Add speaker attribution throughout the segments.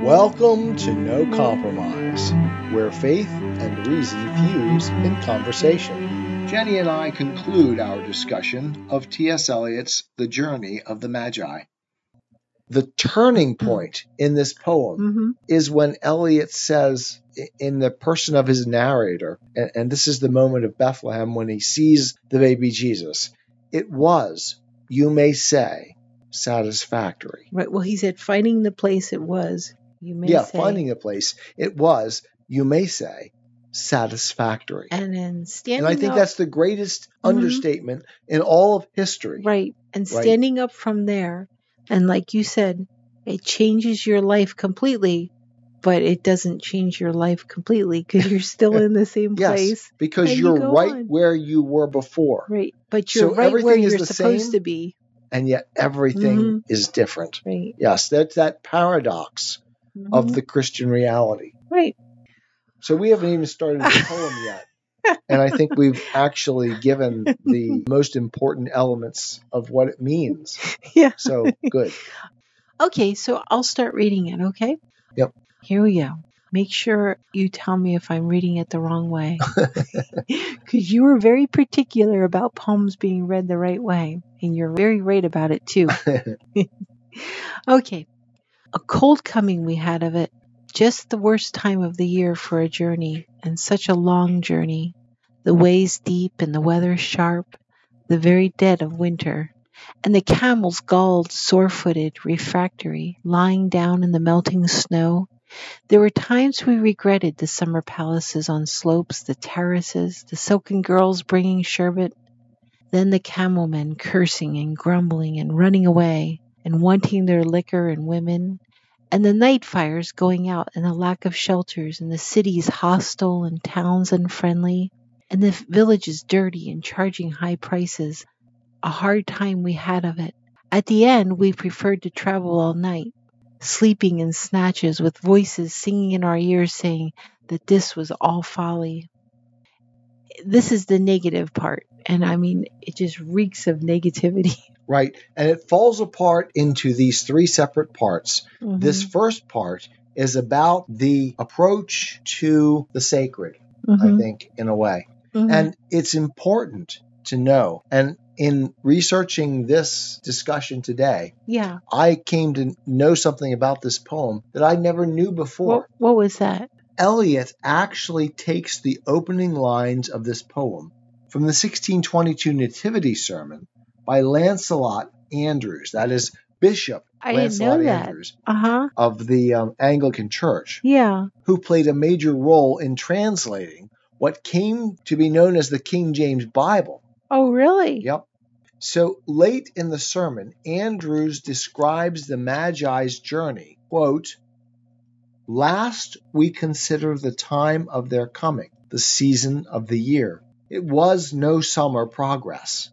Speaker 1: Welcome to No Compromise, where faith and reason fuse in conversation.
Speaker 2: Jenny and I conclude our discussion of T.S. Eliot's The Journey of the Magi.
Speaker 1: The turning point in this poem
Speaker 3: Mm-hmm.
Speaker 1: is when Eliot says, i- in the person of his narrator, and, and this is the moment of Bethlehem when he sees the baby Jesus, it was, you may say, satisfactory.
Speaker 3: Right. Well, he said finding the place it was. You may
Speaker 1: yeah,
Speaker 3: say,
Speaker 1: finding a place, it was, you may say, satisfactory.
Speaker 3: and then standing.
Speaker 1: And I think
Speaker 3: up,
Speaker 1: that's the greatest understatement in all of history.
Speaker 3: right. And
Speaker 1: Right.
Speaker 3: standing up from there, and like you said, it changes your life completely, but it doesn't change your life completely because you're still in the same
Speaker 1: Yes.
Speaker 3: place.
Speaker 1: Because
Speaker 3: And you
Speaker 1: you're
Speaker 3: go
Speaker 1: right
Speaker 3: on.
Speaker 1: where you were before,
Speaker 3: Right. But you're
Speaker 1: So
Speaker 3: right where
Speaker 1: everything is
Speaker 3: you're
Speaker 1: the
Speaker 3: supposed
Speaker 1: same?
Speaker 3: to be.
Speaker 1: and yet everything
Speaker 3: Mhm.
Speaker 1: is different.
Speaker 3: Right.
Speaker 1: Yes, that's that paradox of
Speaker 3: Mhm.
Speaker 1: the Christian reality.
Speaker 3: right.
Speaker 1: So we haven't even started the poem yet. And I think we've actually given the most important elements of what it means.
Speaker 3: Yeah.
Speaker 1: So good.
Speaker 3: Okay, so I'll start reading it, okay?
Speaker 1: Yep.
Speaker 3: Here we go. Make sure you tell me if I'm reading it the wrong way. Because you were very particular about poems being read the right way, and you're very right about it too. okay. A cold coming we had of it. Just the worst time of the year for a journey, and such a long journey. The ways deep and the weather sharp, the very dead of winter. And the camels galled, sore footed, refractory, lying down in the melting snow. There were times we regretted the summer palaces on slopes, the terraces, the silken girls bringing sherbet. Then the camel men cursing and grumbling and running away and wanting their liquor and women. And the night fires going out and the lack of shelters and the cities hostile and towns unfriendly. And the villages dirty and charging high prices a hard time we had of it. At the end, we preferred to travel all night, sleeping in snatches with voices singing in our ears saying that this was all folly. This is the negative part, and I mean, it just reeks of negativity.
Speaker 1: Right. And it falls apart into these three separate parts.
Speaker 3: Mm-hmm.
Speaker 1: This first part is about the approach to the sacred, I
Speaker 3: Mm-hmm.
Speaker 1: think, in a way. And it's important to know. And in researching this discussion today,
Speaker 3: yeah,
Speaker 1: I came to know something about this poem that I never knew
Speaker 3: what,
Speaker 1: before.
Speaker 3: what was that?
Speaker 1: Eliot actually takes the opening lines of this poem from the 1622 Nativity Sermon by Lancelot Andrews, that is Bishop
Speaker 3: I didn't
Speaker 1: Lancelot
Speaker 3: know that.
Speaker 1: Andrews
Speaker 3: Uh huh.
Speaker 1: of the um, Anglican Church,
Speaker 3: Yeah.
Speaker 1: who played a major role in translating what came to be known as the King James Bible.
Speaker 3: Oh, really?
Speaker 1: Yep. So late in the sermon, Andrews describes the Magi's journey. Quote, Last we consider the time of their coming, the season of the year. It was no summer progress.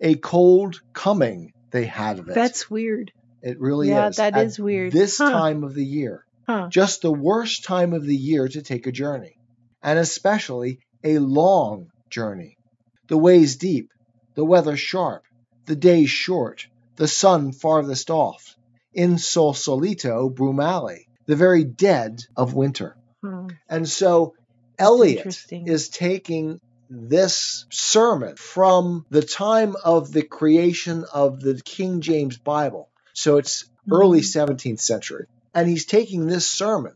Speaker 1: A cold coming they had of it.
Speaker 3: That's weird.
Speaker 1: it really
Speaker 3: yeah,
Speaker 1: is.
Speaker 3: that
Speaker 1: At
Speaker 3: is weird.
Speaker 1: This
Speaker 3: Huh.
Speaker 1: time of the year.
Speaker 3: Huh.
Speaker 1: Just the worst time of the year to take a journey, and especially a long journey. The ways deep, the weather sharp, the day short, the sun farthest off, in solito brumali, the very dead of winter.
Speaker 3: Huh.
Speaker 1: And so Eliot
Speaker 3: Interesting.
Speaker 1: is taking this sermon from the time of the creation of the King James Bible. So it's early
Speaker 3: Mhm.
Speaker 1: 17th century. And he's taking this sermon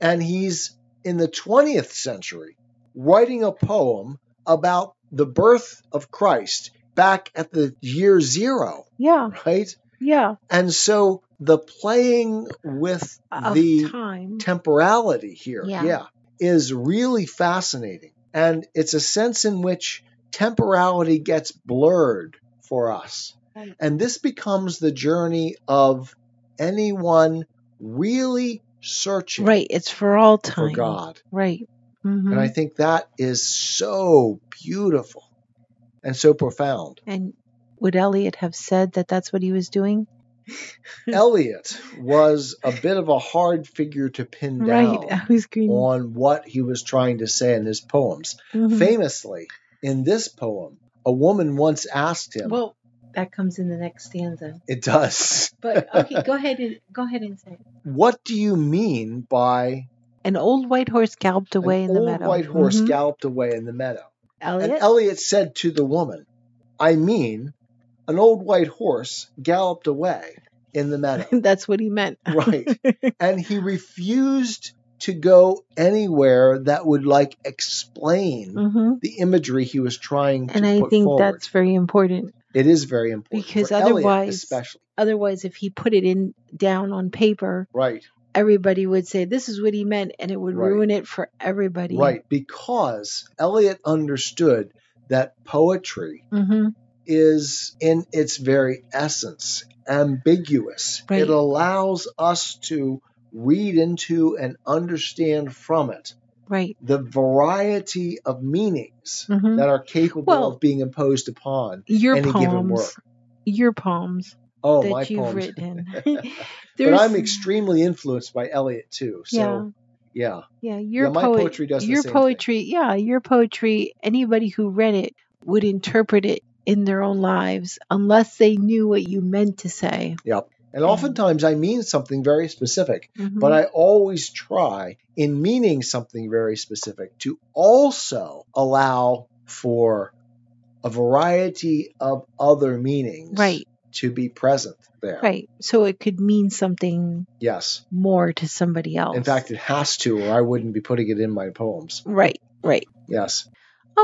Speaker 1: and he's in the 20th century writing a poem about the birth of Christ back at the year zero,
Speaker 3: yeah.
Speaker 1: right?
Speaker 3: Yeah.
Speaker 1: And so the playing with
Speaker 3: Of
Speaker 1: the
Speaker 3: time.
Speaker 1: temporality here yeah.
Speaker 3: Yeah.
Speaker 1: is really fascinating and it's a sense in which temporality gets blurred for us
Speaker 3: Right.
Speaker 1: and this becomes the journey of anyone really searching
Speaker 3: Right. It's for all
Speaker 1: for
Speaker 3: time.
Speaker 1: god
Speaker 3: Right. hmm
Speaker 1: and i think that is so beautiful and so profound
Speaker 3: and would Eliot have said that that's what he was doing?
Speaker 1: eliot was a bit of a hard figure to pin down
Speaker 3: Right. I was green.
Speaker 1: on what he was trying to say in his poems
Speaker 3: Mhm.
Speaker 1: Famously, in this poem, a woman once asked him,
Speaker 3: Well, that comes in the next stanza.
Speaker 1: It does.
Speaker 3: But okay, go ahead and go ahead and say. it.
Speaker 1: What do you mean by
Speaker 3: An old white horse galloped away
Speaker 1: an
Speaker 3: in the
Speaker 1: old
Speaker 3: meadow.
Speaker 1: white horse
Speaker 3: Mhm.
Speaker 1: galloped away in the meadow?
Speaker 3: Elliot?
Speaker 1: And Elliot said to the woman, I mean, an old white horse galloped away in the meadow.
Speaker 3: That's what he meant.
Speaker 1: right. And he refused to go anywhere that would like explain
Speaker 3: hmm
Speaker 1: the imagery he was trying to
Speaker 3: And I
Speaker 1: put
Speaker 3: think
Speaker 1: forward.
Speaker 3: that's very important.
Speaker 1: it is very important
Speaker 3: because
Speaker 1: for Elliot
Speaker 3: otherwise-
Speaker 1: especially
Speaker 3: Otherwise, if he put it in down on paper,
Speaker 1: right,
Speaker 3: everybody would say this is what he meant, and it would
Speaker 1: Right.
Speaker 3: ruin it for everybody.
Speaker 1: right, because Eliot understood that poetry
Speaker 3: hmm
Speaker 1: is in its very essence ambiguous.
Speaker 3: Right.
Speaker 1: It allows us to read into and understand from it
Speaker 3: Right.
Speaker 1: the variety of meanings
Speaker 3: hmm
Speaker 1: that are capable
Speaker 3: Well-
Speaker 1: of being imposed upon.
Speaker 3: Your
Speaker 1: any given
Speaker 3: poems.
Speaker 1: work.
Speaker 3: Your poems
Speaker 1: Oh, my
Speaker 3: that you've
Speaker 1: poems.
Speaker 3: written.
Speaker 1: But
Speaker 3: There's-
Speaker 1: I'm extremely influenced by Eliot too. So yeah.
Speaker 3: Yeah, your
Speaker 1: my
Speaker 3: poet-
Speaker 1: poetry does the
Speaker 3: your
Speaker 1: same thing.
Speaker 3: poetry. Yeah, your poetry. Anybody who read it would interpret it in their own lives, unless they knew what you meant to say.
Speaker 1: And oftentimes I mean something very specific.
Speaker 3: Mm-hmm.
Speaker 1: But I always try, in meaning something very specific, to also allow for a variety of other meanings
Speaker 3: right,
Speaker 1: to be present there.
Speaker 3: right. So it could mean something
Speaker 1: Yes.
Speaker 3: more to somebody else.
Speaker 1: In fact, it has to, or I wouldn't be putting it in my poems.
Speaker 3: right, right.
Speaker 1: Yes.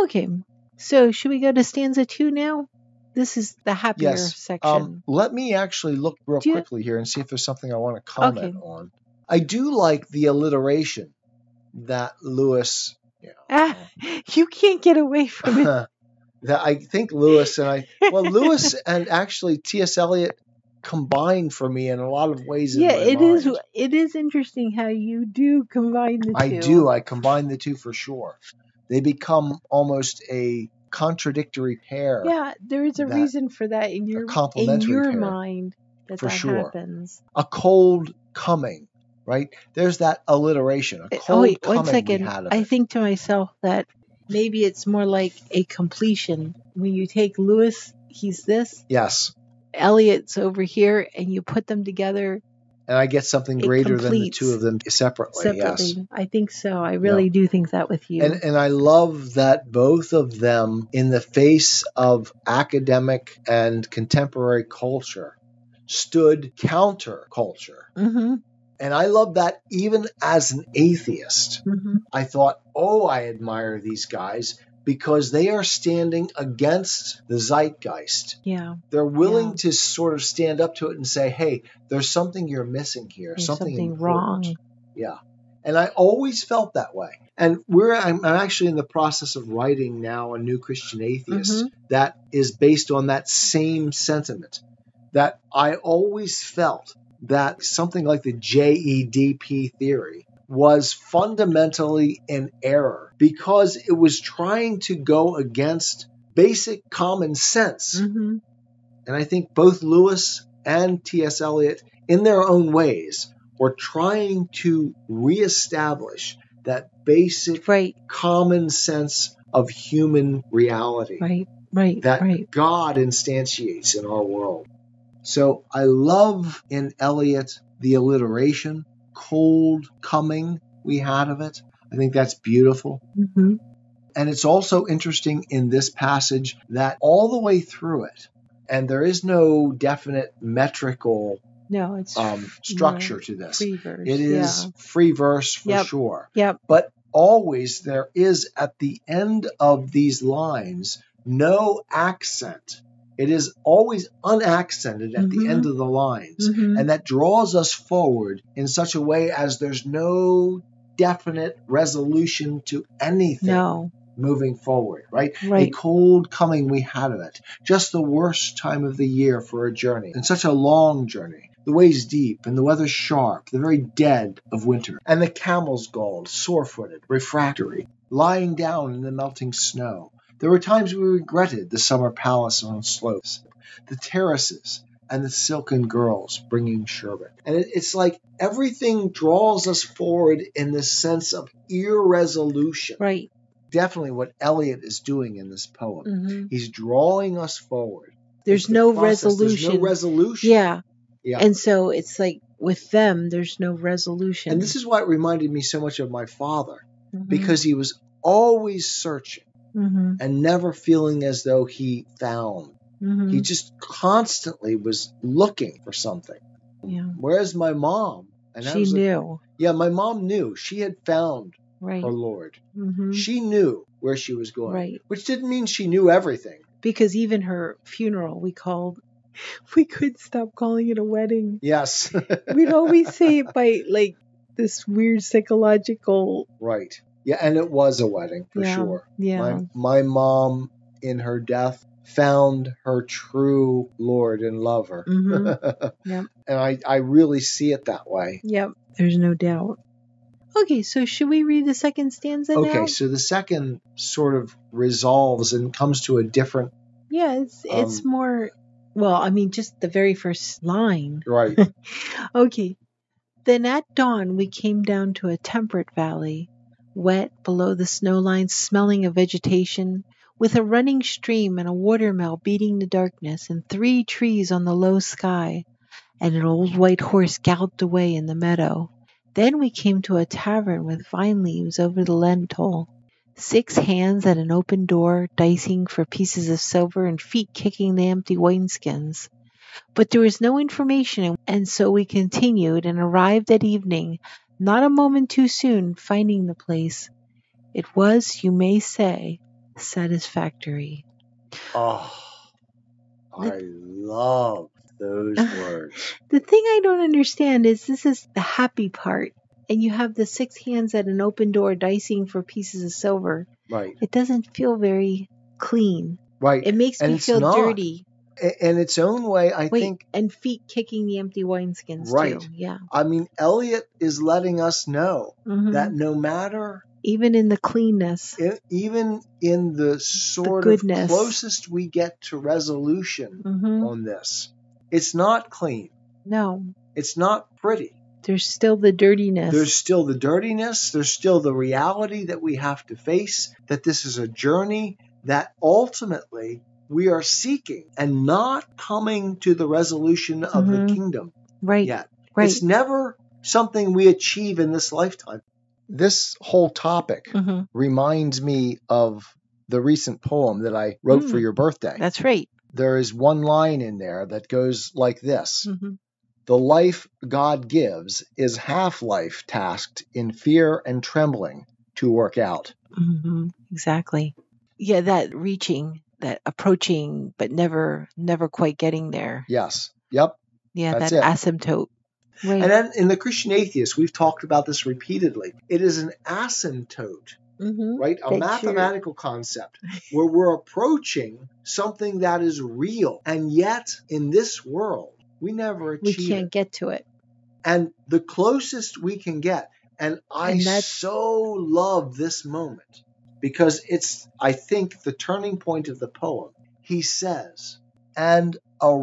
Speaker 3: Okay. So should we go to stanza two now? This is the happier
Speaker 1: Yes,
Speaker 3: section.
Speaker 1: Um, let me actually look real
Speaker 3: Do you-
Speaker 1: quickly here and see if there's something I want to comment
Speaker 3: Okay.
Speaker 1: on. I do like the alliteration that Lewis. Yeah.
Speaker 3: ah, you can't get away from it.
Speaker 1: that I think Lewis and I, well, Lewis and actually T.S. Eliot combined for me in a lot of ways. in
Speaker 3: yeah,
Speaker 1: my
Speaker 3: it is.
Speaker 1: mind.
Speaker 3: It is interesting how you do combine the two.
Speaker 1: I do. I combine the two for sure. They become almost a contradictory pair.
Speaker 3: Yeah, there is a
Speaker 1: that-
Speaker 3: reason for that in your in
Speaker 1: complementary
Speaker 3: your
Speaker 1: pair,
Speaker 3: mind that
Speaker 1: for
Speaker 3: that
Speaker 1: sure.
Speaker 3: happens.
Speaker 1: A cold coming, right? There's that alliteration. A
Speaker 3: It-
Speaker 1: cold
Speaker 3: oh wait,
Speaker 1: coming
Speaker 3: one second.
Speaker 1: we had of
Speaker 3: I
Speaker 1: it.
Speaker 3: think to myself that maybe it's more like a completion. When you take Lewis, he's this,
Speaker 1: Yes.
Speaker 3: Elliot's over here, and you put them together
Speaker 1: And I get something
Speaker 3: It
Speaker 1: greater than the
Speaker 3: completes
Speaker 1: two of them separately.
Speaker 3: separately.
Speaker 1: Oh, Yes.
Speaker 3: I think so. I really do think that with you.
Speaker 1: And, and I love that both of them, in the face of academic and contemporary culture, stood counter culture.
Speaker 3: hmm
Speaker 1: And I love that even as an atheist,
Speaker 3: hmm
Speaker 1: I thought, oh, I admire these guys because they are standing against the zeitgeist.
Speaker 3: Yeah.
Speaker 1: They're willing
Speaker 3: Yeah.
Speaker 1: to sort of stand up to it and say, hey, there's something you're missing here,
Speaker 3: There's
Speaker 1: something,
Speaker 3: something
Speaker 1: important.
Speaker 3: wrong.
Speaker 1: Yeah. And I always felt that way. And we're I'm, I'm actually in the process of writing now a new Christian atheist that is based on that same sentiment that I always felt that something like the JEDP theory was fundamentally in error because it was trying to go against basic common sense.
Speaker 3: hmm
Speaker 1: And I think both Lewis and T.S. Eliot, in their own ways, were trying to reestablish that basic
Speaker 3: Right.
Speaker 1: common sense of human reality
Speaker 3: Right. Right.
Speaker 1: that
Speaker 3: right.
Speaker 1: God instantiates in our world. So I love in Eliot the alliteration, cold coming we had of it. I think that's beautiful.
Speaker 3: hmm
Speaker 1: And it's also interesting in this passage that all the way through it, and there is no definite metrical
Speaker 3: No, it's
Speaker 1: um, structure to this.
Speaker 3: free verse.
Speaker 1: It is free verse for
Speaker 3: Yep.
Speaker 1: sure.
Speaker 3: Yep.
Speaker 1: But always there is at the end of these lines no accent. It is always unaccented at the
Speaker 3: Mhm.
Speaker 1: end of the lines.
Speaker 3: Yeah. Mhm.
Speaker 1: And that draws us forward in such a way as there's no definite resolution to anything
Speaker 3: No.
Speaker 1: moving forward, right?
Speaker 3: Right.
Speaker 1: The cold coming we had of it, just the worst time of the year for a journey, and such a long journey. The ways deep and the weather sharp, the very dead of winter, and the camels galled, sore footed, refractory, lying down in the melting snow. There were times we regretted the summer palace on slopes, the terraces, and the silken girls bringing sherbet. And it, it's like everything draws us forward in this sense of irresolution
Speaker 3: Right.
Speaker 1: definitely what Eliot is doing in this poem.
Speaker 3: hmm
Speaker 1: He's drawing us forward.
Speaker 3: There's
Speaker 1: It's the
Speaker 3: no
Speaker 1: process.
Speaker 3: resolution.
Speaker 1: There's no resolution.
Speaker 3: yeah.
Speaker 1: Yeah.
Speaker 3: And so it's like with them, there's no resolution.
Speaker 1: And this is why it reminded me so much of my father
Speaker 3: Mhm.
Speaker 1: because he was always searching
Speaker 3: Mhm.
Speaker 1: and never feeling as though he found.
Speaker 3: Mhm.
Speaker 1: He just constantly was looking for something.
Speaker 3: yeah.
Speaker 1: Whereas my mom, and that
Speaker 3: she
Speaker 1: was the-
Speaker 3: knew,
Speaker 1: yeah, my mom knew she had found
Speaker 3: right?
Speaker 1: her Lord.
Speaker 3: hmm
Speaker 1: She knew where she was going,
Speaker 3: Right.
Speaker 1: which didn't mean she knew everything.
Speaker 3: Because even her funeral, we called, we couldn't stop calling it a wedding.
Speaker 1: Yes,
Speaker 3: We'd always say it by like this weird psychological,
Speaker 1: right. Yeah, and it was a wedding for
Speaker 3: Yeah,
Speaker 1: sure.
Speaker 3: yeah,
Speaker 1: My, my mom, in her death, found her true Lord and lover.
Speaker 3: hmm Yep.
Speaker 1: And I, I really see it that way.
Speaker 3: yep. There's no doubt. Okay, so should we read the second stanza now?
Speaker 1: Okay, so the second sort of resolves and comes to a different
Speaker 3: Yeah, it's it's
Speaker 1: Um,
Speaker 3: more. Well, I mean, just the very first line.
Speaker 1: right.
Speaker 3: Okay. Then at dawn we came down to a temperate valley, wet below the snow line, smelling of vegetation, with a running stream and a watermill beating the darkness, and three trees on the low sky, and an old white horse galloped away in the meadow. Then we came to a tavern with vine leaves over the lentil. Six hands at an open door, dicing for pieces of silver, and feet kicking the empty wineskins but there was no information, and so we continued and arrived at evening, not a moment too soon finding the place. It was, you may say, satisfactory.
Speaker 1: oh, I love those words.
Speaker 3: The thing I don't understand is this is the happy part, and you have the six hands at an open door dicing for pieces of silver.
Speaker 1: Right,
Speaker 3: It doesn't feel very clean.
Speaker 1: right.
Speaker 3: It makes
Speaker 1: And
Speaker 3: me
Speaker 1: it's
Speaker 3: feel
Speaker 1: not.
Speaker 3: dirty.
Speaker 1: A- In its own way, I
Speaker 3: Wait,
Speaker 1: think,
Speaker 3: and feet kicking the empty wineskins
Speaker 1: Right.
Speaker 3: too. Yeah.
Speaker 1: I mean, Eliot is letting us know
Speaker 3: Mhm.
Speaker 1: that no matter,
Speaker 3: Even in the cleanness.
Speaker 1: e- even in the sort of
Speaker 3: goodness.
Speaker 1: closest we get to resolution
Speaker 3: hmm
Speaker 1: on this, it's not clean,
Speaker 3: No,
Speaker 1: it's not pretty.
Speaker 3: there's still the dirtiness.
Speaker 1: There's still the dirtiness. There's still the reality that we have to face that this is a journey that ultimately we are seeking and not coming to the resolution of the
Speaker 3: Mhm.
Speaker 1: kingdom
Speaker 3: right,
Speaker 1: yet.
Speaker 3: right.
Speaker 1: It's never something we achieve in this lifetime. This whole topic
Speaker 3: hmm
Speaker 1: reminds me of the recent poem that I wrote for
Speaker 3: Mm.
Speaker 1: your birthday.
Speaker 3: That's right.
Speaker 1: there is one line in there that goes like this
Speaker 3: hmm
Speaker 1: the life God gives is half life tasked in fear and trembling to work out.
Speaker 3: hmm Exactly. Yeah, that reaching, that approaching, but never, never quite getting there.
Speaker 1: Yes. Yep.
Speaker 3: Yeah,
Speaker 1: That's
Speaker 3: that
Speaker 1: it.
Speaker 3: asymptote. Right.
Speaker 1: And then in the Christian atheist, we've talked about this repeatedly. It is an asymptote,
Speaker 3: hmm
Speaker 1: right? A
Speaker 3: That you're-
Speaker 1: mathematical concept where we're approaching something that is real. And yet in this world, we never
Speaker 3: We
Speaker 1: achieve
Speaker 3: can't
Speaker 1: it.
Speaker 3: get to it.
Speaker 1: And the closest we can get. And I
Speaker 3: And that's-
Speaker 1: so love this moment because it's, I think, the turning point of the poem. He says, and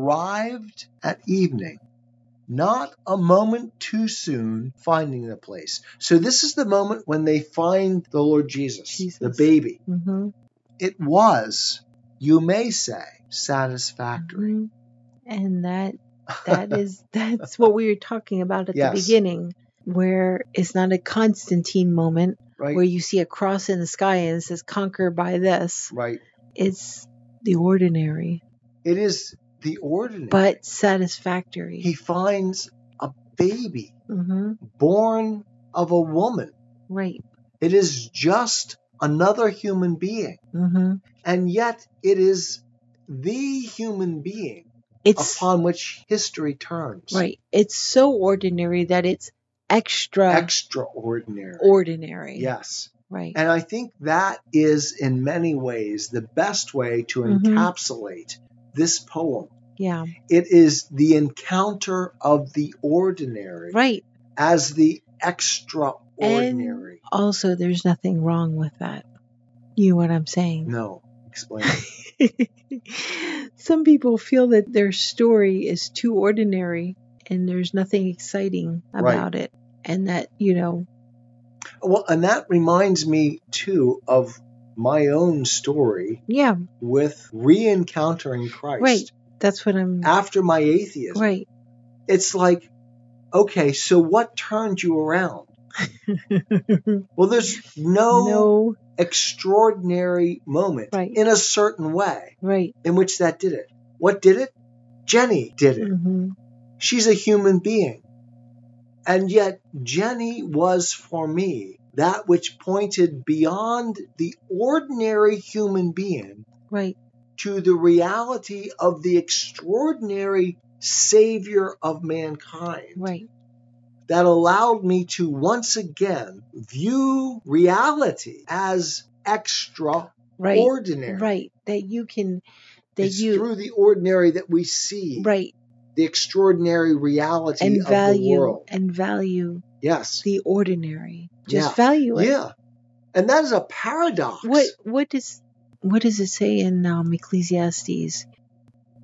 Speaker 1: arrived at evening, not a moment too soon finding the place. So, this is the moment when they find the Lord Jesus,
Speaker 3: Jesus.
Speaker 1: the baby.
Speaker 3: hmm
Speaker 1: It was, you may say, satisfactory.
Speaker 3: Mm-hmm. And that that is that's what we were talking about at
Speaker 1: Yes.
Speaker 3: the beginning, where it's not a Constantine moment
Speaker 1: right?
Speaker 3: where you see a cross in the sky and it says conquer by this.
Speaker 1: right.
Speaker 3: It's the ordinary,
Speaker 1: It is the ordinary.
Speaker 3: but satisfactory.
Speaker 1: he finds a baby
Speaker 3: hmm
Speaker 1: born of a woman.
Speaker 3: Right.
Speaker 1: It is just another human being,
Speaker 3: hmm
Speaker 1: and yet it is the human being
Speaker 3: It's
Speaker 1: upon which history turns.
Speaker 3: right. It's so ordinary that it's extra
Speaker 1: Extraordinary.
Speaker 3: ordinary.
Speaker 1: yes.
Speaker 3: Right.
Speaker 1: And I think that is, in many ways, the best way to
Speaker 3: Mhm.
Speaker 1: encapsulate this poem.
Speaker 3: yeah.
Speaker 1: It is the encounter of the ordinary
Speaker 3: Right.
Speaker 1: as the extraordinary.
Speaker 3: Also, there's nothing wrong with that. You know what I'm saying?
Speaker 1: No, explain.
Speaker 3: Some people feel that their story is too ordinary and there's nothing exciting
Speaker 1: Right.
Speaker 3: about it. And that, you know,
Speaker 1: Well, and that reminds me too of my own story
Speaker 3: yeah,
Speaker 1: with re-encountering Christ
Speaker 3: Right. that's what I'm.
Speaker 1: after my atheism.
Speaker 3: Right.
Speaker 1: It's like, okay, so what turned you around? Well, there's no,
Speaker 3: no,
Speaker 1: extraordinary moment
Speaker 3: Right.
Speaker 1: in a certain way
Speaker 3: right.
Speaker 1: in which that did it. What did it? Jenny did it.
Speaker 3: hmm
Speaker 1: She's a human being. And yet, Jenny was for me that which pointed beyond the ordinary human being
Speaker 3: Right,
Speaker 1: to the reality of the extraordinary Savior of mankind
Speaker 3: right,
Speaker 1: that allowed me to once again view reality as extraordinary.
Speaker 3: right, right. That you can, that
Speaker 1: It's
Speaker 3: you,
Speaker 1: through the ordinary that we see
Speaker 3: right,
Speaker 1: the extraordinary reality
Speaker 3: and
Speaker 1: of the
Speaker 3: value,
Speaker 1: world.
Speaker 3: and value
Speaker 1: Yes.
Speaker 3: the ordinary. Just
Speaker 1: Yeah.
Speaker 3: value it.
Speaker 1: Yeah. And that is a paradox.
Speaker 3: What what does what does it say in um, Ecclesiastes?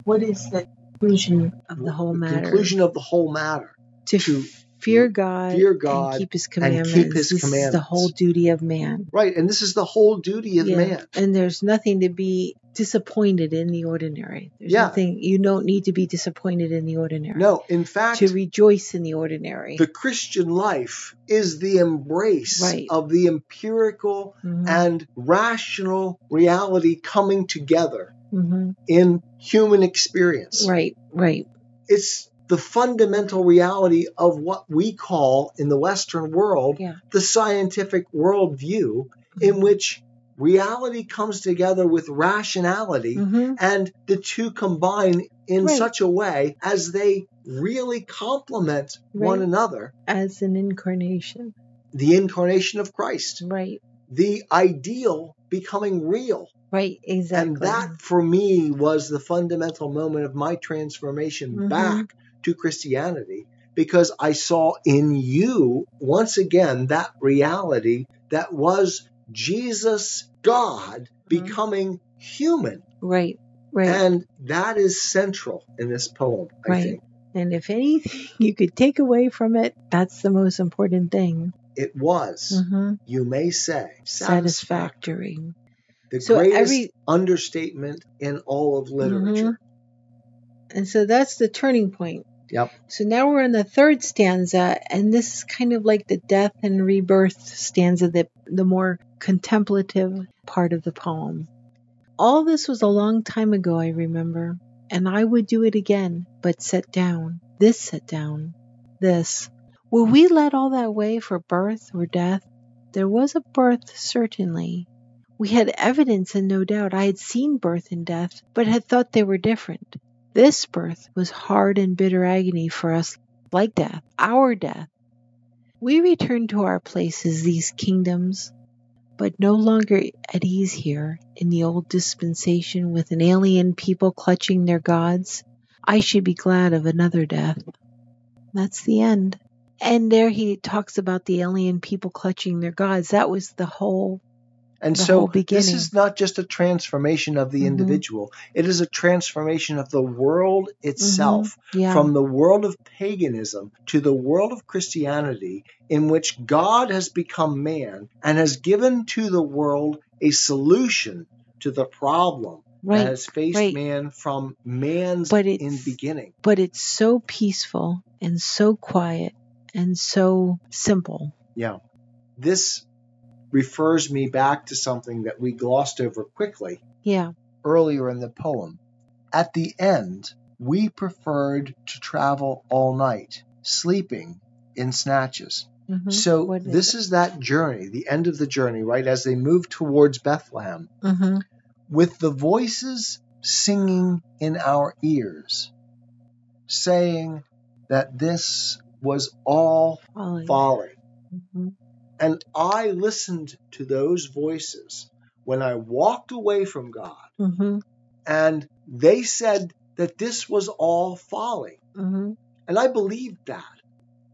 Speaker 3: What is the conclusion of the whole matter?
Speaker 1: Conclusion of the whole matter.
Speaker 3: to,
Speaker 1: to
Speaker 3: fear God,
Speaker 1: fear God
Speaker 3: and keep His
Speaker 1: and keep
Speaker 3: commandments.
Speaker 1: His
Speaker 3: this is the
Speaker 1: commandments.
Speaker 3: whole duty of man.
Speaker 1: Right. And this is the whole duty of
Speaker 3: Yeah.
Speaker 1: man.
Speaker 3: And there's nothing to be disappointed in the ordinary. There's
Speaker 1: Yeah.
Speaker 3: nothing you don't need to be disappointed in the ordinary.
Speaker 1: No, in fact,
Speaker 3: to rejoice in the ordinary.
Speaker 1: the Christian life is the embrace
Speaker 3: Right.
Speaker 1: of the empirical
Speaker 3: Mhm,
Speaker 1: and rational reality coming together
Speaker 3: mhm.
Speaker 1: in human experience.
Speaker 3: Right, right,
Speaker 1: It's the fundamental reality of what we call in the Western world
Speaker 3: Yeah.
Speaker 1: the scientific worldview, in which reality comes together with rationality
Speaker 3: Mhm,
Speaker 1: and the two combine in
Speaker 3: Right.
Speaker 1: such a way as they really complement one
Speaker 3: Right.
Speaker 1: another.
Speaker 3: as an incarnation.
Speaker 1: The incarnation of Christ,
Speaker 3: Right,
Speaker 1: the ideal becoming real.
Speaker 3: right, exactly.
Speaker 1: And that for me was the fundamental moment of my transformation
Speaker 3: Mhm.
Speaker 1: back to Christianity because I saw in you once again that reality that was Jesus God
Speaker 3: Mhm.
Speaker 1: becoming human.
Speaker 3: right, right.
Speaker 1: And that is central in this poem, I
Speaker 3: Right.
Speaker 1: think.
Speaker 3: and if anything you could take away from it, that's the most important thing.
Speaker 1: It was,
Speaker 3: Mhm.
Speaker 1: you may say, satisfac-
Speaker 3: Satisfactory.
Speaker 1: The
Speaker 3: So
Speaker 1: greatest
Speaker 3: every- Mm-hmm.
Speaker 1: understatement in all of literature.
Speaker 3: And so that's the turning point.
Speaker 1: Yep.
Speaker 3: So now we're in the third stanza, and this is kind of like the death and rebirth stanza, the, the more contemplative part of the poem. All this was a long time ago, I remember, and I would do it again, but set down, this set down, this. Were we led all that way for birth or death? There was a birth, certainly. We had evidence, and no doubt I had seen birth and death, but had thought they were different. This birth was hard and bitter agony for us, like death, our death. We return to our places, these kingdoms, but no longer at ease here in the old dispensation with an alien people clutching their gods. I should be glad of another death. That's the end. And there he talks about the alien people clutching their gods. That was the whole
Speaker 1: And
Speaker 3: The
Speaker 1: so
Speaker 3: whole
Speaker 1: this
Speaker 3: beginning.
Speaker 1: is not just a transformation of the
Speaker 3: Mhm.
Speaker 1: individual, it is a transformation of the world itself.
Speaker 3: Mm-hmm. yeah
Speaker 1: From the world of paganism to the world of Christianity, in which God has become man and has given to the world a solution to the problem that
Speaker 3: right.
Speaker 1: has faced
Speaker 3: right.
Speaker 1: man from man's
Speaker 3: But
Speaker 1: in
Speaker 3: it's
Speaker 1: beginning.
Speaker 3: but it's so peaceful and so quiet and so simple.
Speaker 1: Yeah. This refers me back to something that we glossed over quickly,
Speaker 3: Yeah,
Speaker 1: earlier in the poem. At the end, we preferred to travel all night, sleeping in snatches.
Speaker 3: Mhm.
Speaker 1: So,
Speaker 3: What is
Speaker 1: this
Speaker 3: it?
Speaker 1: is that journey, the end of the journey, right? As they move towards Bethlehem,
Speaker 3: Mhm.
Speaker 1: with the voices singing in our ears, saying that this was all
Speaker 3: Folly.
Speaker 1: folly.
Speaker 3: Mhm.
Speaker 1: And I listened to those voices when I walked away from God.
Speaker 3: Mhm.
Speaker 1: and they said that this was all folly.
Speaker 3: Mhm.
Speaker 1: And I believed that.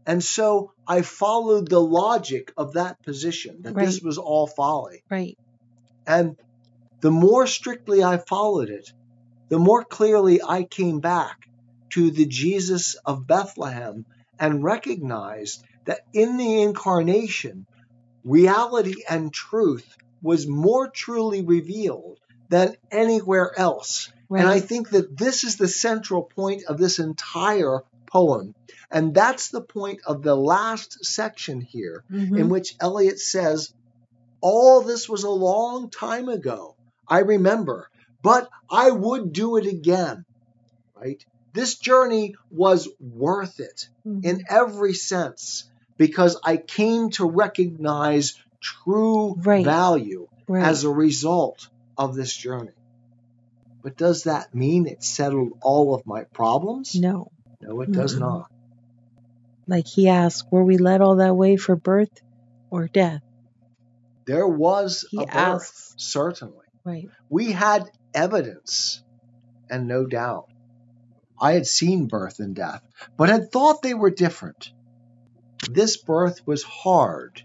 Speaker 1: And so I followed the logic of that position that this
Speaker 3: Right.
Speaker 1: was all folly.
Speaker 3: Right.
Speaker 1: And the more strictly I followed it, the more clearly I came back to the Jesus of Bethlehem and recognized that in the incarnation, reality and truth was more truly revealed than anywhere else.
Speaker 3: Right.
Speaker 1: And I think that this is the central point of this entire poem. And that's the point of the last section here,
Speaker 3: Mhm.
Speaker 1: in which Eliot says, All this was a long time ago. I remember, but I would do it again. Right? This journey was worth it
Speaker 3: Mm-hmm.
Speaker 1: in every sense because I came to recognize true
Speaker 3: Right.
Speaker 1: value
Speaker 3: right.
Speaker 1: as a result of this journey. But does that mean it settled all of my problems?
Speaker 3: no.
Speaker 1: No, it does
Speaker 3: Mm-mm.
Speaker 1: not.
Speaker 3: Like he asked, were we led all that way for birth or death?
Speaker 1: There was
Speaker 3: He
Speaker 1: a birth,
Speaker 3: asks.
Speaker 1: certainly.
Speaker 3: Right.
Speaker 1: We had evidence and no doubt. I had seen birth and death, but had thought they were different. This birth was hard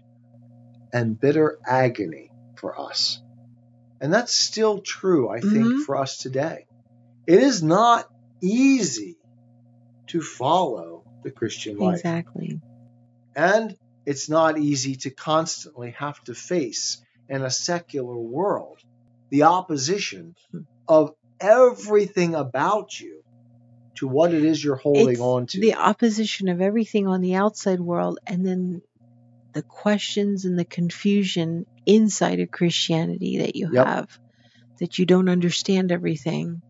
Speaker 1: and bitter agony for us. And that's still true, I think,
Speaker 3: Mhm.
Speaker 1: for us today. It is not easy to follow the Christian life.
Speaker 3: Exactly.
Speaker 1: And it's not easy to constantly have to face in a secular world the opposition of everything about you to what it is you're holding
Speaker 3: It's
Speaker 1: on to.
Speaker 3: the opposition of everything on the outside world and then the questions and the confusion inside of Christianity that you
Speaker 1: Yep.
Speaker 3: have that you don't understand everything.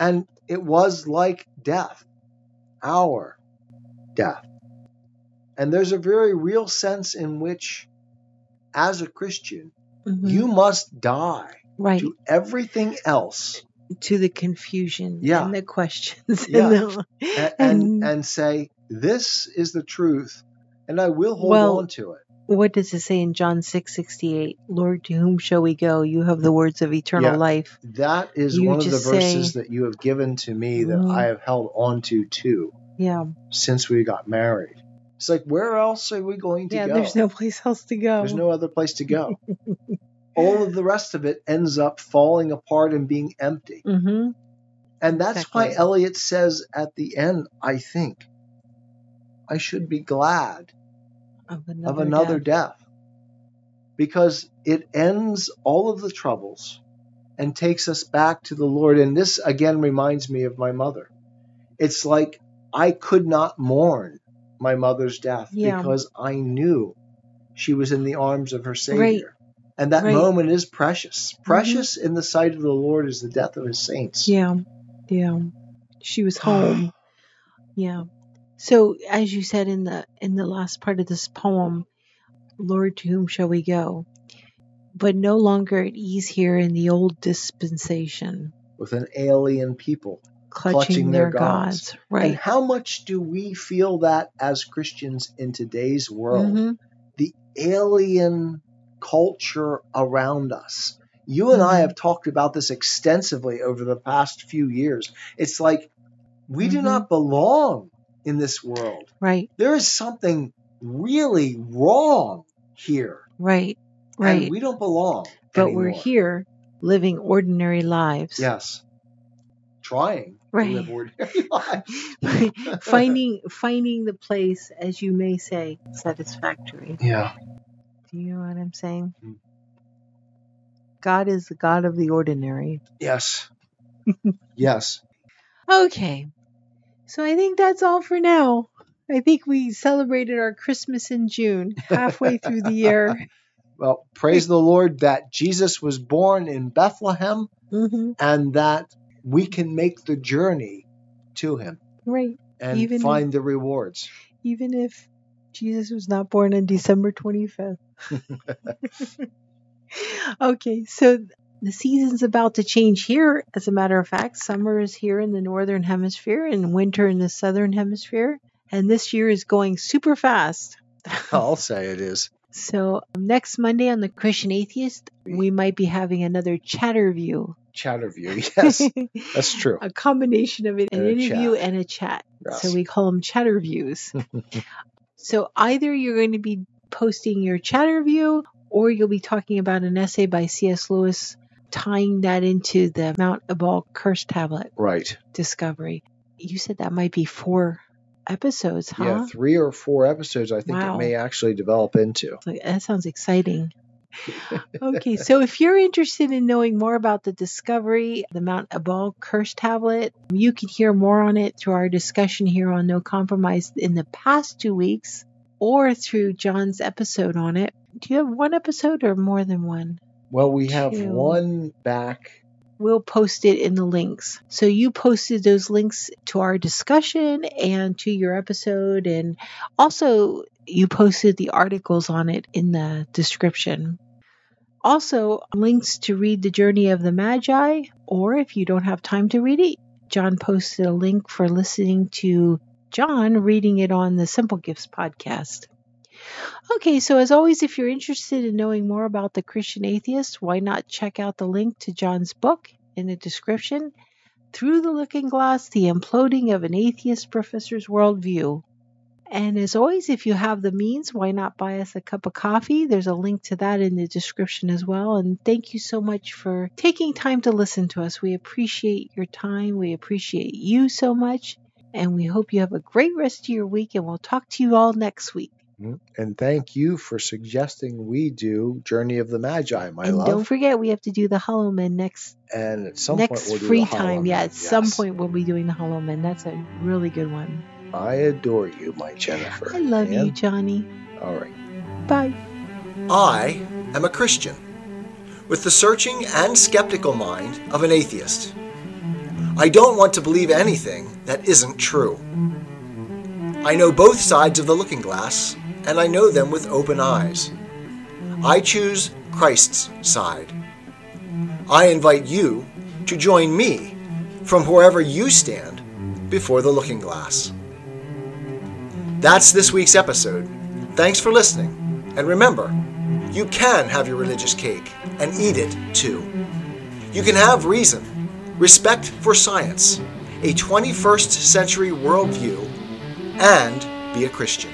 Speaker 1: and it was like death, our death. And there's a very real sense in which, as a Christian,
Speaker 3: Mhm.
Speaker 1: you must die
Speaker 3: right
Speaker 1: to everything else
Speaker 3: to the confusion
Speaker 1: Yeah.
Speaker 3: and the questions
Speaker 1: Yeah.
Speaker 3: and, the,
Speaker 1: and, and, and say, This is the truth, and I will hold
Speaker 3: Well,
Speaker 1: on to it.
Speaker 3: what does it say in John 6:68? Lord, to whom shall we go? You have the words of eternal
Speaker 1: Yeah.
Speaker 3: life.
Speaker 1: That is
Speaker 3: You
Speaker 1: one of the
Speaker 3: just
Speaker 1: verses
Speaker 3: say-
Speaker 1: that you have given to me that
Speaker 3: Mhm.
Speaker 1: I have held on to too
Speaker 3: Yeah.
Speaker 1: since we got married. It's like, where else are we going to
Speaker 3: Yeah,
Speaker 1: go?
Speaker 3: there's no place else to go.
Speaker 1: There's no other place to go. All of the rest of it ends up falling apart and being empty.
Speaker 3: Mhm.
Speaker 1: And that's why
Speaker 3: Exactly.
Speaker 1: Eliot says at the end, I think, I should be glad
Speaker 3: Of another,
Speaker 1: of another
Speaker 3: death.
Speaker 1: death. because it ends all of the troubles and takes us back to the Lord. And this again reminds me of my mother. It's like I could not mourn my mother's death
Speaker 3: Yeah.
Speaker 1: because I knew she was in the arms of her Savior.
Speaker 3: Right.
Speaker 1: And that
Speaker 3: Right. Mm-hmm.
Speaker 1: moment is precious. Precious in the sight of the Lord is the death of his saints.
Speaker 3: Yeah. Yeah. She was home. yeah. So as you said in the in the last part of this poem, Lord, to whom shall we go? But no longer at ease here in the old dispensation,
Speaker 1: With an alien people.
Speaker 3: clutching,
Speaker 1: Clutching their
Speaker 3: their,
Speaker 1: gods.
Speaker 3: gods.
Speaker 1: And
Speaker 3: Right.
Speaker 1: how much do we feel that as Christians in today's world?
Speaker 3: Mhm.
Speaker 1: the alien culture around us. You and I
Speaker 3: Mhm.
Speaker 1: have talked about this extensively over the past few years. It's like we do
Speaker 3: Mhm.
Speaker 1: not belong in this world.
Speaker 3: Right.
Speaker 1: There is something really wrong here,
Speaker 3: Right. Right.
Speaker 1: and we don't belong.
Speaker 3: but we're
Speaker 1: anymore.
Speaker 3: here living ordinary lives.
Speaker 1: Yes, trying
Speaker 3: Right.
Speaker 1: to live ordinary lives.
Speaker 3: finding finding the place, as you may say, satisfactory.
Speaker 1: Yeah.
Speaker 3: Do you know what I'm saying?
Speaker 1: Mm.
Speaker 3: God is the God of the ordinary.
Speaker 1: Yes. yes.
Speaker 3: Okay. So I think that's all for now. I think we celebrated our Christmas in June, halfway through the year.
Speaker 1: Well, praise the Lord that Jesus was born in Bethlehem.
Speaker 3: hmm
Speaker 1: and that we can make the journey to him
Speaker 3: Right.
Speaker 1: and
Speaker 3: Even-
Speaker 1: find the rewards.
Speaker 3: Even if Jesus was not born on December 25th. okay, so the season's about to change here. As a matter of fact, summer is here in the northern hemisphere and winter in the southern hemisphere. And this year is going super fast.
Speaker 1: I'll say it is.
Speaker 3: So um, next Monday on the Christian Atheist, we might be having another chatter view.
Speaker 1: Chatterview. Yes, that's true.
Speaker 3: a combination of it, an
Speaker 1: And a
Speaker 3: interview
Speaker 1: chat.
Speaker 3: and a chat.
Speaker 1: Yes.
Speaker 3: So we call them chatter views. so either you're going to be posting your chatter view or you'll be talking about an essay by C.S. Lewis tying that into the Mount Ebal curse tablet
Speaker 1: right.
Speaker 3: discovery. You said that might be four episodes, huh?
Speaker 1: Yeah, three or four episodes I think
Speaker 3: Wow.
Speaker 1: it may actually develop into.
Speaker 3: Like, that sounds exciting. okay, so if you're interested in knowing more about the discovery, the Mount Ebal curse tablet, you can hear more on it through our discussion here on No Compromise in the past two weeks or through John's episode on it. Do you have one episode or more than one?
Speaker 4: Well, we have
Speaker 3: Two.
Speaker 4: one back.
Speaker 3: We'll post it in the links. So you posted those links to our discussion and to your episode, and also you posted the articles on it in the description. Also, links to read The Journey of the Magi, or if you don't have time to read it, John posted a link for listening to John reading it on the Simple Gifts podcast. Okay, so as always, if you're interested in knowing more about the Christian atheist, why not check out the link to John's book in the description Through the Looking Glass The Imploding of an Atheist Professor's Worldview. And as always, if you have the means, why not buy us a cup of coffee? There's a link to that in the description as well. And thank you so much for taking time to listen to us. We appreciate your time. We appreciate you so much. And we hope you have a great rest of your week. And we'll talk to you all next week.
Speaker 4: And thank you for suggesting we do Journey of the Magi, my
Speaker 3: and
Speaker 4: love.
Speaker 3: don't forget, we have to do the Hollow Man next
Speaker 4: and at some
Speaker 3: next
Speaker 4: point we'll
Speaker 3: free
Speaker 4: do the
Speaker 3: time.
Speaker 4: Halloween.
Speaker 3: Yeah, at some
Speaker 4: Yes.
Speaker 3: point we'll be doing the Hollow Man. That's a really good one.
Speaker 4: I adore you, my Jennifer.
Speaker 3: I love you,
Speaker 4: and,
Speaker 3: Johnny.
Speaker 4: All right.
Speaker 3: Bye.
Speaker 1: I am a Christian, with the searching and skeptical mind of an atheist. I don't want to believe anything that isn't true. I know both sides of the looking glass, and I know them with open eyes. I choose Christ's side. I invite you to join me from wherever you stand before the looking glass. That's this week's episode. Thanks for listening, and remember, you can have your religious cake and eat it too. You can have reason, respect for science, a 21st century worldview, and be a Christian.